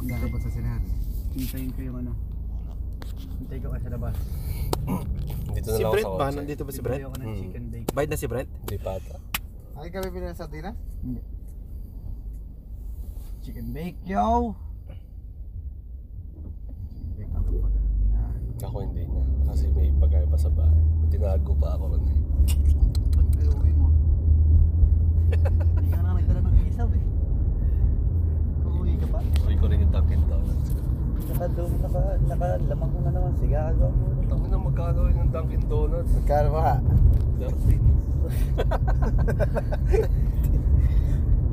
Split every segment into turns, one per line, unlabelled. Nakabot sa sinahan.
Hintayin ko yung ano. Hintayin ko kayo sa labas.
Dito na
Si
lang ako
Brent
sa
ba?
outside.
Nandito ba si
Bibili
Brent?
ako ng
Mm.
chicken bake.
Bite na si Brent?
Hindi pa ata.
Ay kami pinag sa dinas?
Hindi. Chicken bake, yo!
Beka ka pa na.
Ako hindi na. Kasi may pagkain pa sa bahay. Tinago pa ako ron eh.
Pero uwi mo. Hindi ka na nagdala ng isaw eh. Kung uwi ka pa.
Uwi ko rin yung Dunkin Donuts.
Naka, naka, naka, lamang ko na naman. Sige, agaw mo.
Tango na magkano rin ng Dunkin Donuts.
Magkano ba?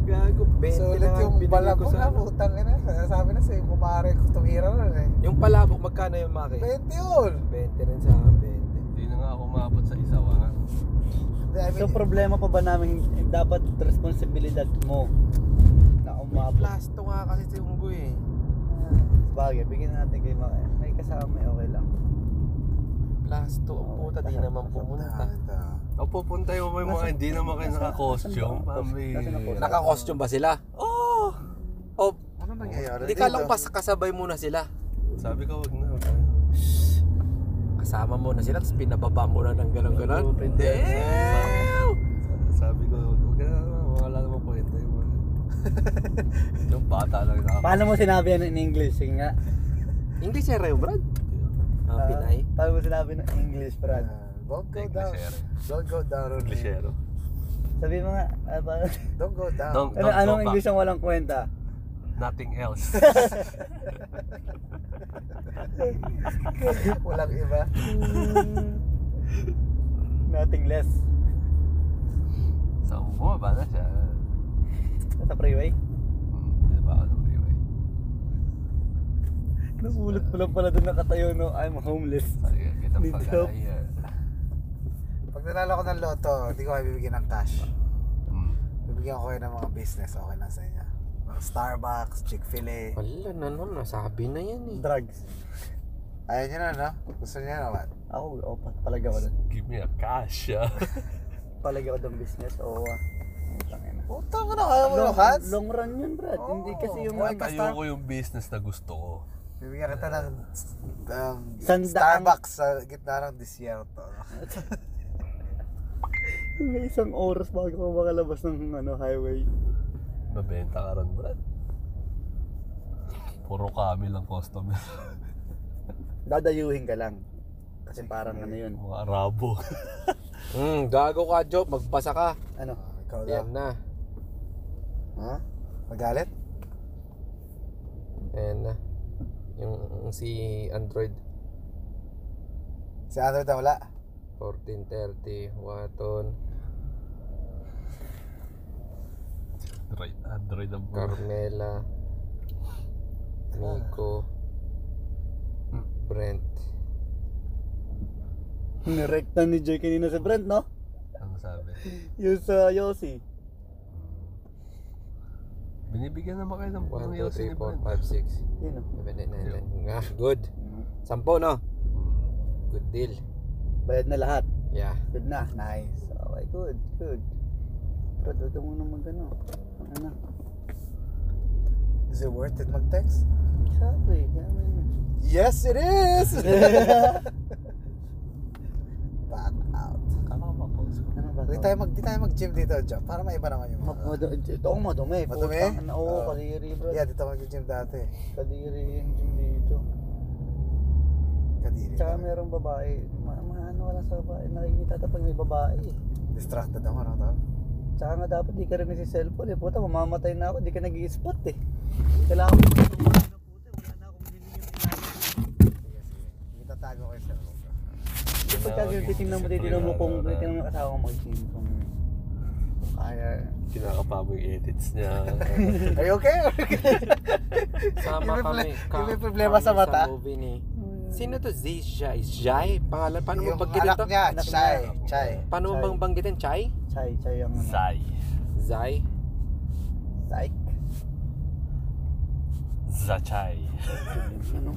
Gago, 20
So ulit
lang ang
yung
binigay ko
balabog
sa
na
ano.
putang ina. Sabi na sa'yo, kumare ko tumira nun eh.
Yung palabok, magkano yung maki?
20 yun!
20 rin sa akin, 20.
Hindi na nga ako maabot sa isawa.
I mean,
So problema pa ba namin eh, dapat responsibilidad mo na umabot?
Plasto nga kasi si Unggoy eh.
Bagay, bigyan natin kay Maki. May kasama eh, okay lang.
Plasto, ang puta, di naman pumunta.
Ang pupunta yung may mga hindi naman kayo naka-costume.
Nasa na
Pambira.
costume.
Naka-costume ba sila? Oo! Oh,
Ano nangyayari
hindi ka lang pas kasabay muna sila.
Sabi ko wag na.
Kasama muna sila, tapos pinababa muna ng ganon-ganon.
Open
Damn!
Sabi ko wag na naman. Wala namang kwenta yung mga. yung bata lang na
Paano mo sinabi yan in English? Sige nga.
English eh, Rayo Brad?
Ah,
Ah, Pinay. Ah.
Paano mo sinabi ng English, Brad?
Don't go
Take
down.
Lisero.
Don't go down. Rodney.
Klishero.
Sabi mo nga, ah, pa-
Don't go down.
Don't,
ano,
don't
anong
go back.
English ang walang kwenta?
Nothing else.
Walang iba.
Nothing less.
so, bumaba na siya.
Sa freeway?
Hmm, Hindi ba ako sa freeway?
Nasulot pa lang pala doon nakatayo, no? I'm homeless.
Sorry, kitang
Dito.
pag-alaya.
Pag nanalo ko ng loto, hindi ko kayo bibigyan ng cash.
Hmm.
Bibigyan ko kayo ng mga business. Okay lang sa inyo. Mga Starbucks, Chick-fil-A.
Wala na nun, nasabi na yan eh.
Drugs.
Ayaw nyo na, no? Gusto nyo na what?
Ako, oh, pa- palagi ako doon.
Give me a cash, ah.
Palagi ako doon business. Oo. ah. Putang ina.
Utang ka na, kaya mo
Long,
ng cash?
long run yun, Brad.
Oo.
Hindi kasi yung...
Why?
Tayo ko yung business na gusto ko.
Bibigyan kita ng um,
Sandaan.
Starbucks sa gitna ng disyerto.
May isang oras bago ako makalabas ng ano, highway.
Mabenta ka ron, Brad. Puro kami lang customer.
Dadayuhin ka lang. Kasi parang ano yun.
Mga Arabo.
Hmm, gago ka, Job. Magbasa ka.
Ano?
Ah, Ikaw
Yan
lang.
na.
Ha? Magalit?
Ayan na. Yung, yung si Android
Si Android na wala.
1430, Waton,
Android, Android ang mga.
Carmela, Nico,
Hmm.
Brent.
Nirekta ni Joy kanina sa Brent, no?
Ano sabi?
Yung sa Yossi.
Binibigyan naman kayo ng
1,
ng
2,
Yossi ni
3, 4,
Brent.
5, 6,
Yun, no?
7, 8, 9, 10. Ah, good. Sampo, no?
Hmm.
Good deal.
Bayad na lahat.
Yeah.
Good na. Nice. Okay, good, good. Brad, huwag ka muna mag ano. Ano?
Is it worth it mag-text?
Exactly. Kaya mo yun.
Yes, it is! Back out.
Kaka pa post ko.
Ano ba?
Di tayo, mag, di tayo mag-gym dito, Job. Para maiba naman yung mga.
Mad- ito ang madumi. Ah.
Madumi?
eh. putang ina. Oo,
Oo.
kadiri, bro.
Yeah, dito ako mag-gym dati.
Kadiri yung gym dito.
Kadiri.
Tsaka
Diba?
talaga.
merong babae. Ma- maano ka lang sa babae. Nakikita ka pag may babae. eh.
Distracted ako na to.
Tsaka nga dapat di ka rin si cellphone eh. Puta, mamamatay na ako. Di ka nag spot eh. Kailangan ko na tumahan na puta. Wala na akong bilhin yung pinag-
Sige, sige. Itatago ko yung cellphone ko.
Di ba kasi titignan mo, titignan
diba?
mo kung titignan mo yung asawa mo mag-gym. Kung kung kaya.
Kinakapa mo yung edits niya.
Are you okay?
Sama
Yung may
kami.
ple-
ka-
yung may problema
kami
sa mata?
movie ni. Sino to? Zishai? Jai? Pangalan? Paano mo
yung
pag ganito?
anak niya,
Anak
Chai.
niya.
Chai.
Paano mo
Chai.
bang banggitin? Chai?
Chay, chay ang ano.
Zai.
Zai?
Psych.
Zachay.
Ano?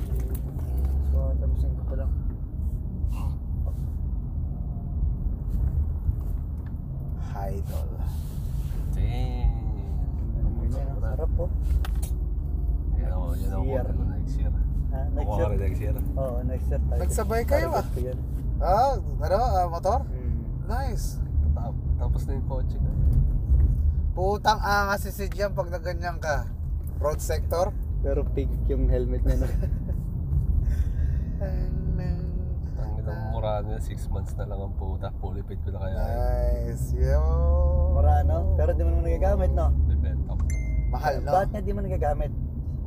So, tapusin ko pa lang.
Idol.
Damn.
Ang sarap oh. po.
Yan ako, yan ako
year.
Kukuha ko Next year.
Ha, next
Kukuha ko
year.
rin next year.
Oo, next year tayo.
Nagsabay kayo,
Target
ah.
ko yun.
Ah, ano? ah, motor?
Mm.
Nice.
Tap- Tapos na yung kotse ko.
Putang angas si Jam pag naganyan ka. Road sector.
Pero pink yung helmet niya. no?
Ang
Ah.
ilang mura na 6 months na lang ang puta. Fully paid ko na kaya.
Nice. Yo.
Murano. Pero di mo naman nagagamit, no?
Bibenta ko.
Mahal, no?
Bakit nga di mo nagagamit?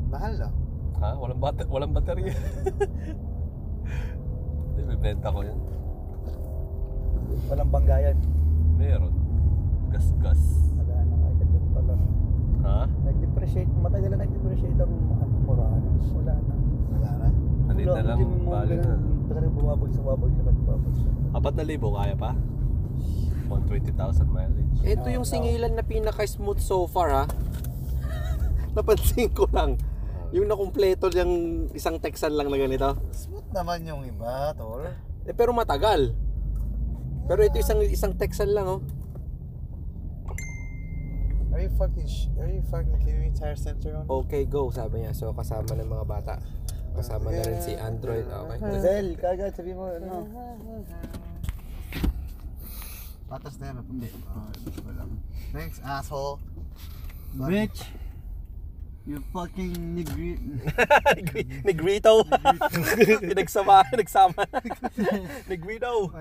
Mahal, no?
Ha? Walang, bat walang baterya. Hindi, bibenta ko yun.
Walang banggayan.
Meron. Gas-gas.
Wala na kahit ganun pa lang.
Ha?
Nag-depreciate, matagal na nag-depreciate ang ano, Murano. Wala na.
Wala na.
Halit na lang. Bali na.
Parang bumabag sa wabag siya, ba't bumabag siya?
Apat na libo kaya pa? 120,000 mileage.
Ito yung singilan na pinaka-smooth so far ha. Napansin ko lang. Yung nakumpleto yung isang Texan lang na ganito.
Smooth naman yung iba, tol.
Eh, pero matagal. Pero ito isang isang Texan lang oh.
Are you fucking sh- Are you fucking kidding me? Tire center on?
Okay, go sabi niya. So kasama ng mga bata. Kasama na rin si Android. Okay.
Zel, kagad sabi mo, ano?
Patas na yan, hindi.
Ah,
Oh, wala. Thanks, asshole.
Bitch! You fucking negri...
Negrito. Pinagsama, nagsama. Negrito.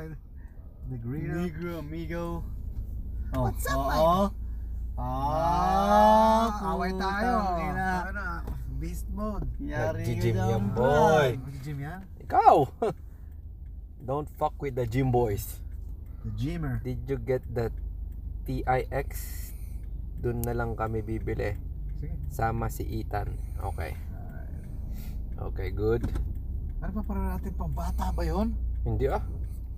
Negrito.
Negro amigo. Oh, What's up, oh,
Ah,
Ah,
away tayo.
putang ina.
Ano, beast mode.
Yari
Nag-gym
yun
yan,
ang-
boy.
Gym yan?
Ikaw. Don't fuck with the gym boys.
The gymmer.
Did you get the TIX? Doon na lang kami bibili.
Sige.
Sama si Ethan. Okay. Okay, good.
Ano pa para natin pang bata ba yun?
Hindi ah.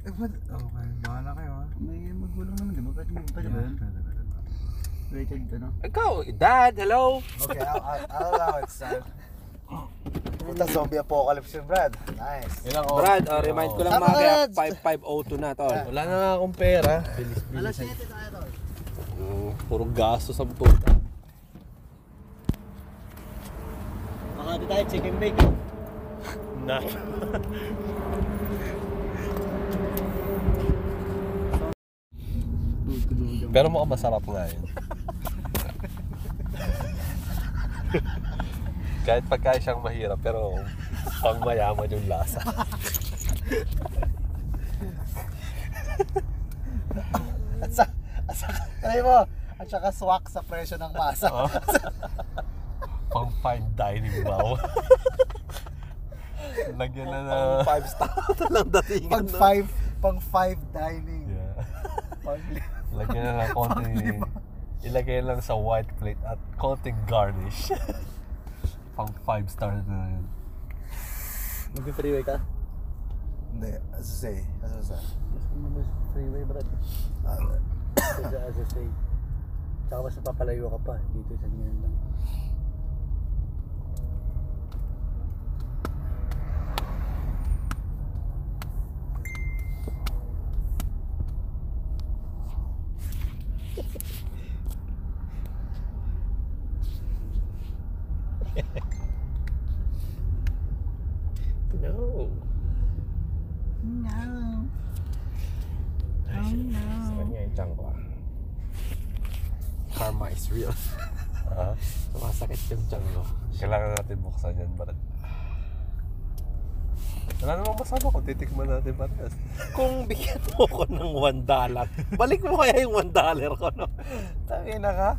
Eh, what? Okay, bahala kayo ah. ha.
May magulang naman, di ba? Pwede, pwede ba yun? Rated, ano?
Ikaw, dad, hello.
Okay, I'll, I'll, I'll allow it, son. Puta zombie apocalypse yun, Brad. Nice.
Ilang
Brad, oh, remind ko lang
Tama
mga
ka,
kaya 5502
Brad.
na tol.
Wala na nga akong pera.
Alas 7 tayo to.
Mm, puro gastos ang puta.
Makati tayo, chicken bake. oh.
Na.
Tutulog
Pero mukhang masarap nga yun. Kahit pagkain siyang mahirap, pero pang mayaman yung lasa.
At sa, at sa, sabi mo, at saka swak sa presyo ng masa.
Oh. pang fine dining wow. Lagyan na na.
Pang 5 star na lang dating.
pang five, pang five dining.
Yeah.
Pang-
Lagyan na lang konti. Ilagay lang sa white plate at konting garnish. pang 5 star na yun.
Mag-freeway ka?
Hindi, as I say, as I say.
Mag-freeway, brad.
Uh,
Sa SSA. Tsaka mas napapalayo ka pa. Dito sa ngayon lang.
No. No. Oh, no. niya yung tiyan ko ah. Karma is real.
Ah,
Sumasakit yung tiyan ko.
kailangan natin buksan yan, Brad. Wala namang masama kung titikman natin patas.
Kung bigyan mo ko ng one dollar, balik mo kaya yung one dollar ko, no?
Tangina ka.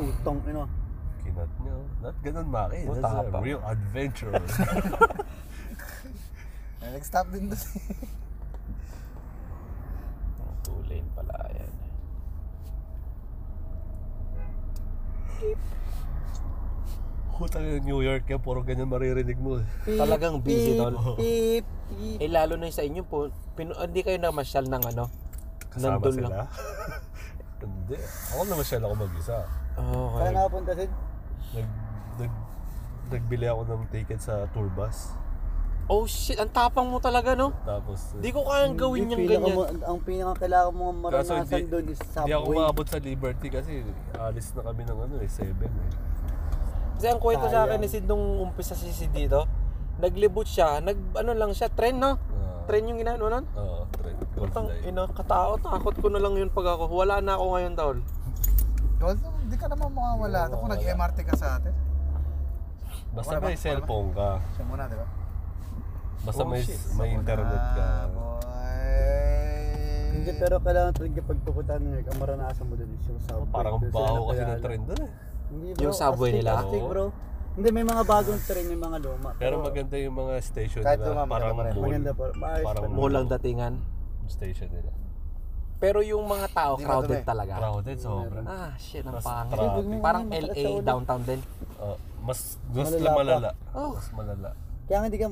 Utong, ano?
Kinat niyo. Not ganun, Maki.
Puta
That's
ka
a
pa.
real adventure.
Nag-stop din eh. doon.
Two lane pala yan.
Puta yung New York yan. Puro ganyan maririnig mo. eh.
Talagang busy, tol.
Oh.
Beep, beep.
Eh, lalo na yung sa inyo po, pinu- ah, hindi kayo namasyal ng ano?
Kasama
Nandun
sila. Hindi. Ako naman siya ako mag-isa.
Saan
Oh, okay.
nakapunta, Sid?
Nag, nag, nagbili ako ng ticket sa tour bus.
Oh shit, ang tapang mo talaga, no?
Tapos, eh,
Di ko kayang gawin
Hindi,
niyang
pinaka-
ganyan.
mo- ang pinakakailangan mong
Kaso
maranasan
hindi-
doon is
Hindi ako
subway.
maabot sa Liberty kasi alis na kami ng ano eh, 7 eh.
Kasi ang kwento sa akin
Sayang.
ni Sid nung umpisa si Sid dito, naglibot siya, nag ano lang siya, trend no?
Ah,
Trend yung ginano nun?
Oo, train. Gold
Putang
line.
ina, katao, takot ko na lang yun pag ako. Wala na ako ngayon taon.
Gold, hindi ka naman mawawala. Ito kung nag-MRT ka sa atin.
Basta
Wala ba?
may
Wala ba?
cellphone ka.
Siya muna, di ba?
Basta
Oh,
may,
shit.
may internet ka.
Ah, boy.
Hindi, pero kailangan talaga pag pupunta ng New York, ang maranasan mo doon is yung subway.
Oh, Parang
Doon sila
baho kasi ng
nakilala.
trend doon eh.
Hindi,
Yung subway
astig,
nila.
astig, bro. Hindi, may mga bagong train, may mga luma.
Pero maganda yung mga station
Kahit
nila.
lumang, maganda
Parang
pa rin.
mall.
Maganda pa. Maayos
Parang
pa rin.
Mulang datingan.
station nila.
Pero yung mga tao,
Hindi
crowded
madumi.
talaga.
Crowded sobra.
Ah, shit, ang
Mas
pangit.
traffic.
Huwag mo nga
Parang
mataas sa
LA,
ulo.
downtown din.
Ah, mas mas
Malala pa.
malala.
Oh.
Mas malala.
Kaya nga hindi ka,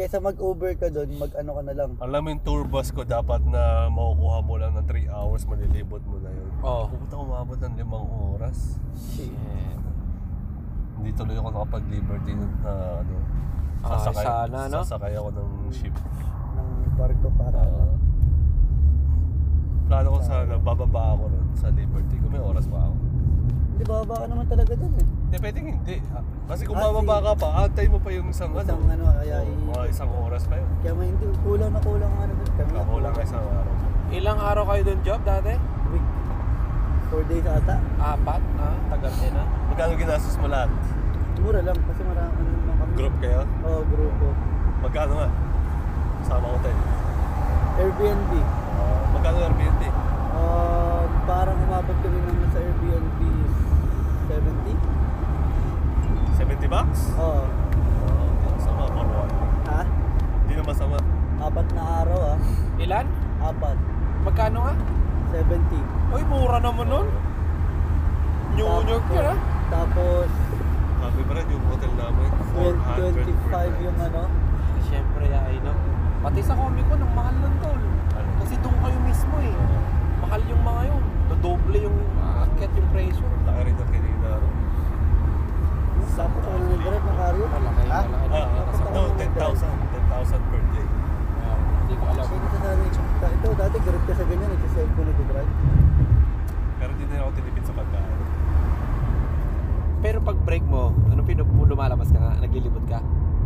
kaysa mag-Uber ka doon, mag-ano ka na lang.
Alam mo yung tour bus ko dapat na makukuha mo lang ng 3 hours, malilibot mo na yun.
Oh.
Pumunta ko umabot ng 5 oras.
Shit.
Hindi tuloy ako nakapag-liberty na ano.
Ah, sana, no?
Sasakay ako ng ship.
ng barko para ano.
Ah. plano ko sana, bababa ako ron sa Liberty. Kung may oras pa ako.
hindi bababa ka naman talaga dun eh
Hindi, pwedeng hindi. Ah, Kasi kung
Ah,
bababa ka pa, antay mo pa yung isang,
Isang ano, kaya
Oo,
i-
mga isang oras pa yun.
kaya may hindi kulang na kulang ang ano dun kami
Ako lang isang araw.
Ilang araw kayo doon job dati?
week 4 days ata
Apat, ah, tagal din ah.
eh, Magkano ginastos mo lahat?
mura lang kasi marami ano naman kami
Group kayo?
oh grupo
Magkano nga? Sama hotel.
Airbnb
Uh, magkano Airbnb?
uh, parang umabot kami naman sa Airbnb is 70
70 bucks? Ah,
oh
Oo, hindi masama for one.
ha
Hindi na masama.
apat na araw ah
Ilan?
apat
Magkano nga?
70
Uy, mura naman nun. New York ka na.
tapos
Sabi pa rin yung hotel namin,
25
400 per night.
yung ano
Siyempre, ay no. Pati sa Comic Con, ang mahal nun tol.
Ano?
Kasi doon kayo mismo eh. Mahal yung mga yun. Dodoble yung aakyat yung presyo.
Ah, Laki rin ang kanina.
tapos ang libre ng karyo
Malaki,
Ha?
malaki.
Ah,
Kasi
no, 10,000. 10,000 per day.
Hindi ko alam.
Sino sa sana yung- Ito, dati garip ka sa ganyan, eh, nagsiselfon nagdadrive.
Pero hindi na ako tinipid sa pagkain.
Pero pag break mo, ano pinup mo lumalabas ka nga, naglilibot ka?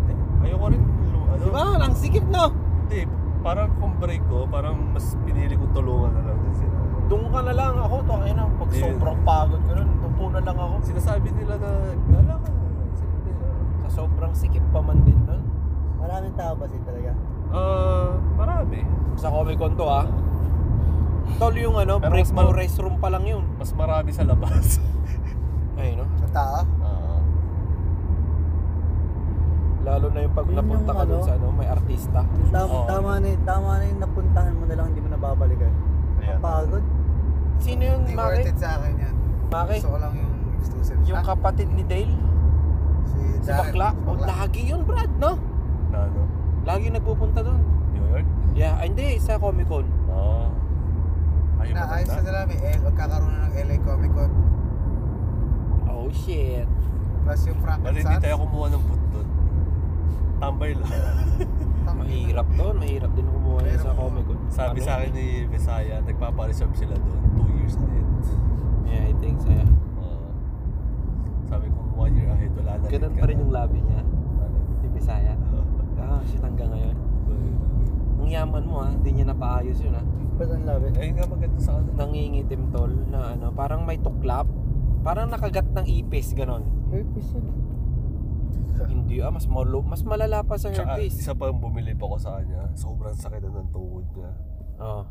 Hindi. Ayoko rin, lu- ano,
Di ba? Ang sikip no?
Hindi, parang kung break ko, parang mas pinili kong tulungan na lang din sila.
Doon ka na lang ako. Ito, ayun pag
Yeah.
sobrang pagod ko nun, upo na lang ako.
Sinasabi nila na, gala ka. Sabi nila,
Sa sobrang sikip pa man din nun.
Maraming tao kasi talaga.
ah, marami.
Sa Comic Con to ah. Tol yung ano,
Pero
break
mas
mo
mal-
restroom pa lang yun.
Mas marami sa labas.
Ay no.
Sa tao?
Ah.
Lalo na yung pag
Yun
napunta
yung
ka dun
ano?
sa ano, may artista.
Tam,
Oo.
tama, na, tama na yung napuntahan mo na lang, hindi mo nababalikan.
Ayan.
Pagod.
Sino yung
Hindi worth
Maki?
it sa akin yan.
Maki?
Gusto ko lang yung exclusive.
Yung
Ah,
kapatid ni Dale?
si
Si
Jared.
Bakla?
Si
Oh, lagi yun Brad, no?
Na ano?
Lagi nagpupunta dun.
New York?
Yeah, ay, hindi, sa Comic Con.
Ah. Ayaw ba
Inaayos na
na?
sila. May L. Magkakaroon na ng LA Comic Con.
Oh shit.
Plus yung Frank
Bali, hindi tayo kumuha ng food doon. Tambay lang.
Mahirap to, mahirap din kumuha yun sa Comic Con. Ano?
Sabi sa akin ni Visaya, nagpapa-reserve sila doon. Two years ahead.
Yeah, I think so. yeah.
Ah. sabi ko, one year ahead, wala na
Ganun pa rin yung labi niya.
Ano?
Ni Bisaya. Ah, shit, hanggang ngayon. Ang yaman mo ah, hindi niya napaayos yun ah.
Ba't ang labi?
Ayun nga maganda sa ano.
Nangingitim tol na ano, parang may tuklap. Parang nakagat ng ipis, ganon.
Herpes yun.
Hindi ah, mas, malo, mas malala pa sa
Tsaka
herpes.
isa pa yung bumili pa ko sa kanya, sobrang sakit na ng tuhod niya.
Oo,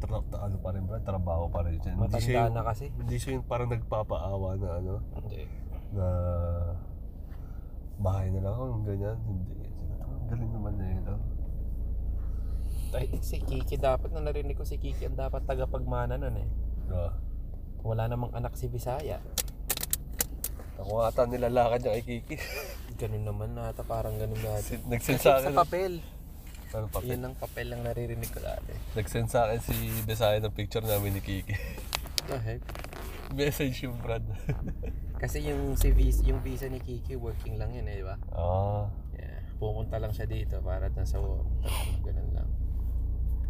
Tra tra- ano pa rin bro, trabaho pa rin siya. Hindi siya
Oh, matanda
yung,
na kasi.
hindi siya yung parang nagpapaawa na ano,
Hindi.
na bahay na lang ako, yung ganyan. Hindi. Ang Galing naman niya yun. ah.
Ay, si Kiki dapat na narinig ko si Kiki ang dapat tagapagmana nun eh.
Diba?
Wala namang anak si Bisaya.
Ako nga ata nilalakad niya kay Kiki.
Ganun naman na ata parang ganun dati.
Sin- Nagsend sa
Sa
akin.
papel.
Ano pa?
Yun ang papel lang naririnig ko dati.
Nagsend sa akin si Desire ng picture namin ni Kiki.
The heck?
Message yung Brad.
Kasi yung si visa, yung visa ni Kiki working lang yun eh, di ba?
ah.
Yeah. pumunta lang siya dito para na sa ganun lang.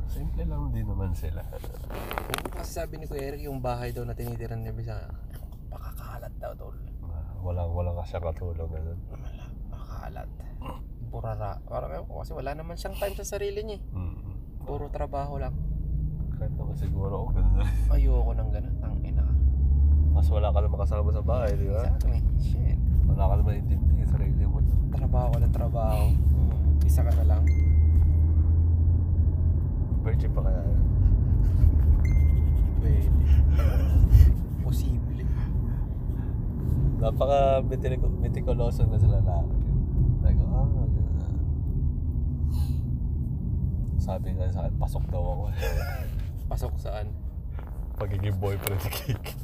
Simple lang din naman sila.
Kasi sabi ni Kuya Eric, yung bahay daw na tinitiran niya bisa, pakakalat daw tol.
Ah, Walang, walang kasya katulong ganun.
Pakakalat. Burara. Parang ewan ko kasi wala naman siyang time sa sarili niya. eh.
Mm.
Puro trabaho lang.
Kahit naman siguro, oh, ganun na rin.
Ayoko ng ganun. Tang ina ka.
Mas wala ka naman kasama sa bahay, di ba?
Exactly. Shit.
Wala ka naman intindi, sarili mo.
Trabaho na trabaho. Hmm. Isa ka na lang.
Virgin pa kaya. yun?
Pwede. Posible.
Napaka meticu- meticuloso na sila lalaki. Like, ah, ganun. Sabi nga sa akin, pasok daw ako.
Pasok saan?
Pagiging boyfriend ni Kiki.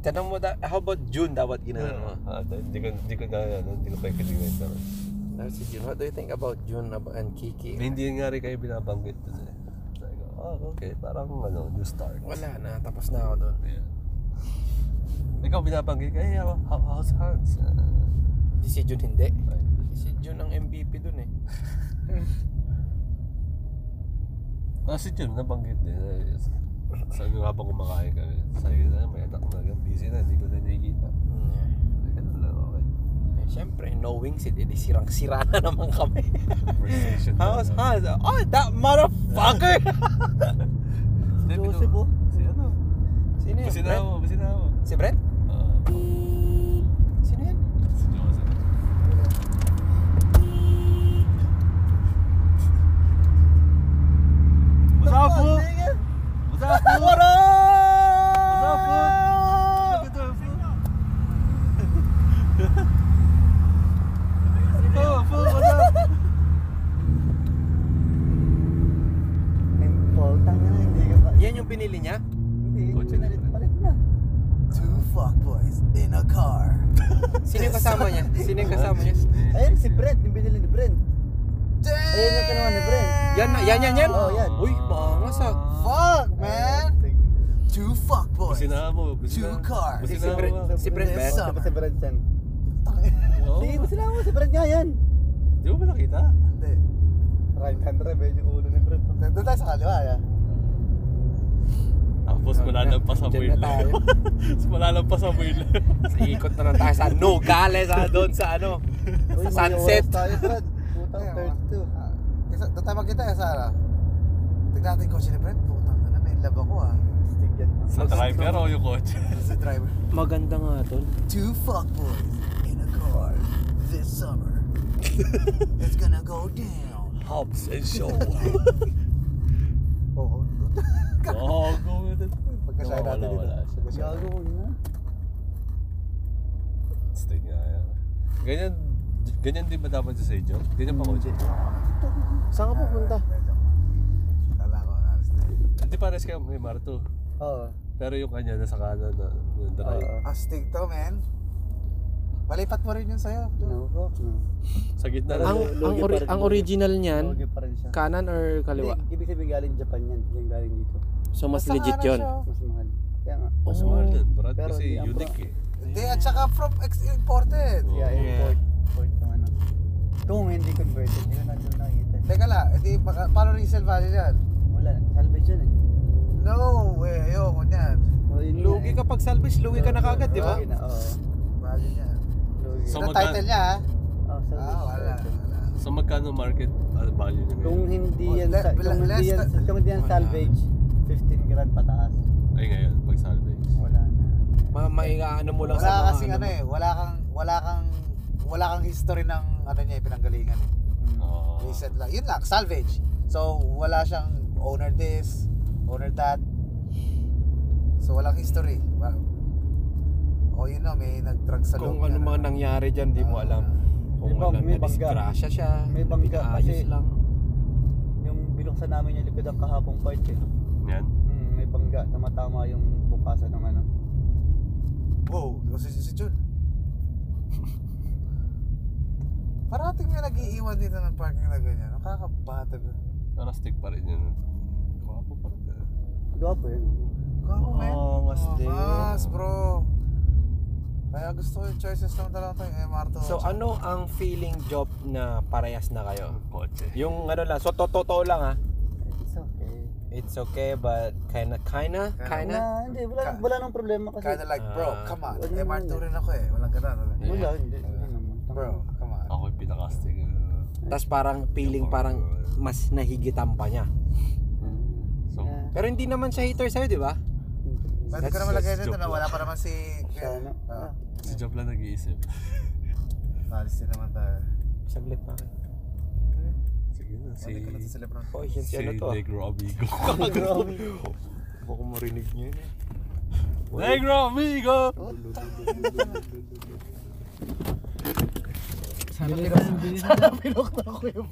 Tanong mo, da- how about June dapat ginawa mo?
Ah, hindi ko, hindi ko na, ano, hindi ko kayo kinuwin naman.
Now, si June, what do you think about June ab- and Kiki?
Hindi nga rin kayo binabanggit kasi. Like, oh, okay, parang ano, new start.
Wala na, tapos na ako doon.
Yeah. Ikaw binabanggit ka, hey, how, how's Hans? Ah,
Si June hindi.
fine.
Si June ang MVP doon eh.
Kasi yun, nabanggit din. Ay, s- Sabi ko habang kumakain kami, sabi ko na, may anak na agad, busy na, hindi ko na nakikita.
Hmm.
Sabi ko lang, okay.
Eh, Siyempre, knowing si Didi, sirang-sira na naman kami.
Conversation.
How's
na-
Hans? Oh, that motherfucker!
Sabi ko,
Joseph, Iya, oh.
Si ano?
Sino yun?
Basinawa,
Brent?
mo, basinawa. mo.
Si Brent?
Ah,
Sino yun?
si Joseph. What's up, bro? What's up, bro? What up, bro? What's up, bro? Oh, bro, what's up?
Paul, tanga na, hindi ka pa.
Yan yung binili niya?
Hindi,
Kotse na
pinalit
pala.
palit na.
Two fuckboys in a car.
Sino yung kasama niya? Sino yung kasama niya?
Ayun, si Brent, yung binili ni Brent.
Damn!
Ayun yung kinuha ni Brent.
Yan na, yan, yan, yan!
Oh, yan.
Uy, bangas ah.
Fuck, man! Two fuckboys.
Basinawa mo, basinawa.
Two cars.
Si
Basinawa
Brent,
mo.
si Brent ba? yan?
Summer.
Sabi si Brent yan.
Oo.
Hindi, sila mo, si Brent nga yan.
Di mo ba nakita?
Hindi.
Right hand drive, medyo ulo ni Brent.
Nandun tayo sa kaliwa, ya.
Tapos wala
Dyan
nang pa sa
na
wheel.
tayo.
Tapos wala nang pa sa wheel.
Ikot na lang tayo sa Nogales ah, doon sa ano,
Uy, may
sa sunset.
oras tayo, Brent. Putang
Ayun,
32.
Ah, isa- Doon tayo magkita, ya, Sarah. Tignan natin yung kotse ni Brent. Putang na, may love ako, ah.
Stig yan.
sa driver o yung kotse?
Sa driver.
Maganda nga doon.
Two fuckboys in a car this summer. It's gonna go down.
Hobbs and Shaw.
Oh,
Oo.
Oo, go with it.
Pagkasaya
Wala,
natin dito.
wala siya.
Pagkasaya
Gago
natin.
ko na.
Stay nga yan. Ganyan, ganyan din ba dapat sa inyo? Ganyan pa kotse?
Saan ka pupunta?
Tala ko, alas na.
Hindi pares kayo may Marto.
Oo.
Pero yung kanya nasa kanan na yung drive.
Oo.
Astig to, man. Malipat mo rin yun sa'yo.
No, fuck no.
Sa gitna
Ang-
lang.
Ang, ang, ori- ang original niyan,
Pogi pa rin siya.
kanan or kaliwa?
Hindi, ibig sabihin galing Japan yan. Hindi yan galing dito.
So mas
Basta
legit
ano
yun.
siya, oh.
Mas mahal. Kaya nga.
Mas mahal yun, Brad,
Pero
kasi
hindi ang
unique eh.
Hindi, at saka from ex-imported.
Yeah,
Yeah.
import. Import naman ano. Ito kung hindi converted, hindi ko na doon nakikita.
Teka la, edi, baka, paano resale value yan?
Wala, salvation eh.
No way, ayoko niyan.
Oh, yun nga
Lugi
eh.
ka pag salvage, lugi ka na kagad, di ba?
Lugi na, oo.
Value niyan.
Lugi.
So,
So,
magka-
title niya ha?
Oh, salvation.
Ah, wala, wala.
So magkano market uh, value niya
Kung
ngayon?
hindi
Oh,
yan,
le-
sa- kung
less
hindi yan,
than-
kung hindi yan
wala.
salvage, 15 grand pataas.
Ay ngayon, pag salvage.
Wala na.
Ma maigaano mo lang
Wala
sa mga
kasing ano eh, wala kang, wala kang, wala kang history ng ano niya eh, pinanggalingan eh.
Ah.
Oo.
Reset lang. Yun lang, salvage. So, wala siyang owner this, owner that. So, walang history. Wa- O yun na, may nag-drug sa
Kung
loob
ano
niya na. Ah.
mga nangyari dyan, di mo alam. Kung
May bang-
alam
may
na disgrasya siya,
May bangga
ayos
kasi-
lang.
Yung binuksan namin yung likod ng kahapong part eh.
Yan.
Hmm, may bangga, tamatama yung bukasan ng ano.
Wow, si, si, si Jun. Parating may nag-iiwan dito ng parking na ganyan. Nakakabata ba?
Narastig pa rin yun. Guwapo pa rin.
Gwapo yun.
Gago, man.
Angas din.
Angas, bro. Kaya Kaya gusto ko yung choices lang talaga tayo. MR2.
So ano ang feeling job na parehas na kayo?
Kotse.
Yung ano lang, so to- totoo lang ha.
It's okay.
It's okay but kinda kinda
Na,
kinda
hindi, wala,
Ka-
wala nang problema kasi.
Kinda like, bro,
Ah.
come on.
Wala
MR2
naman.
rin ako eh. Walang ganun. Wala.
Wala, hindi. hindi naman.
Bro, come on.
Ako yung pinakastig. ah.
Tapos parang feeling parang mas nahigitan pa niya.
So,
Yeah.
Pero hindi naman siya hater sa'yo, di ba?
Pwede ko
That's-
naman lagay
that's
dito
joke
na
lang.
wala pa naman si...
Siya, ano?
Ah,
si Job lang nag-iisip.
Naalis din naman tayo.
Saglit na.
Sige na, si...
Balik ko na sa Lebron.
Oh, yan si
Si
ano to. ah.
Negro Amigo.
Negro Amigo.
Baka marinig niyo yun eh.
Negro Amigo!
Sana pinok na ako yung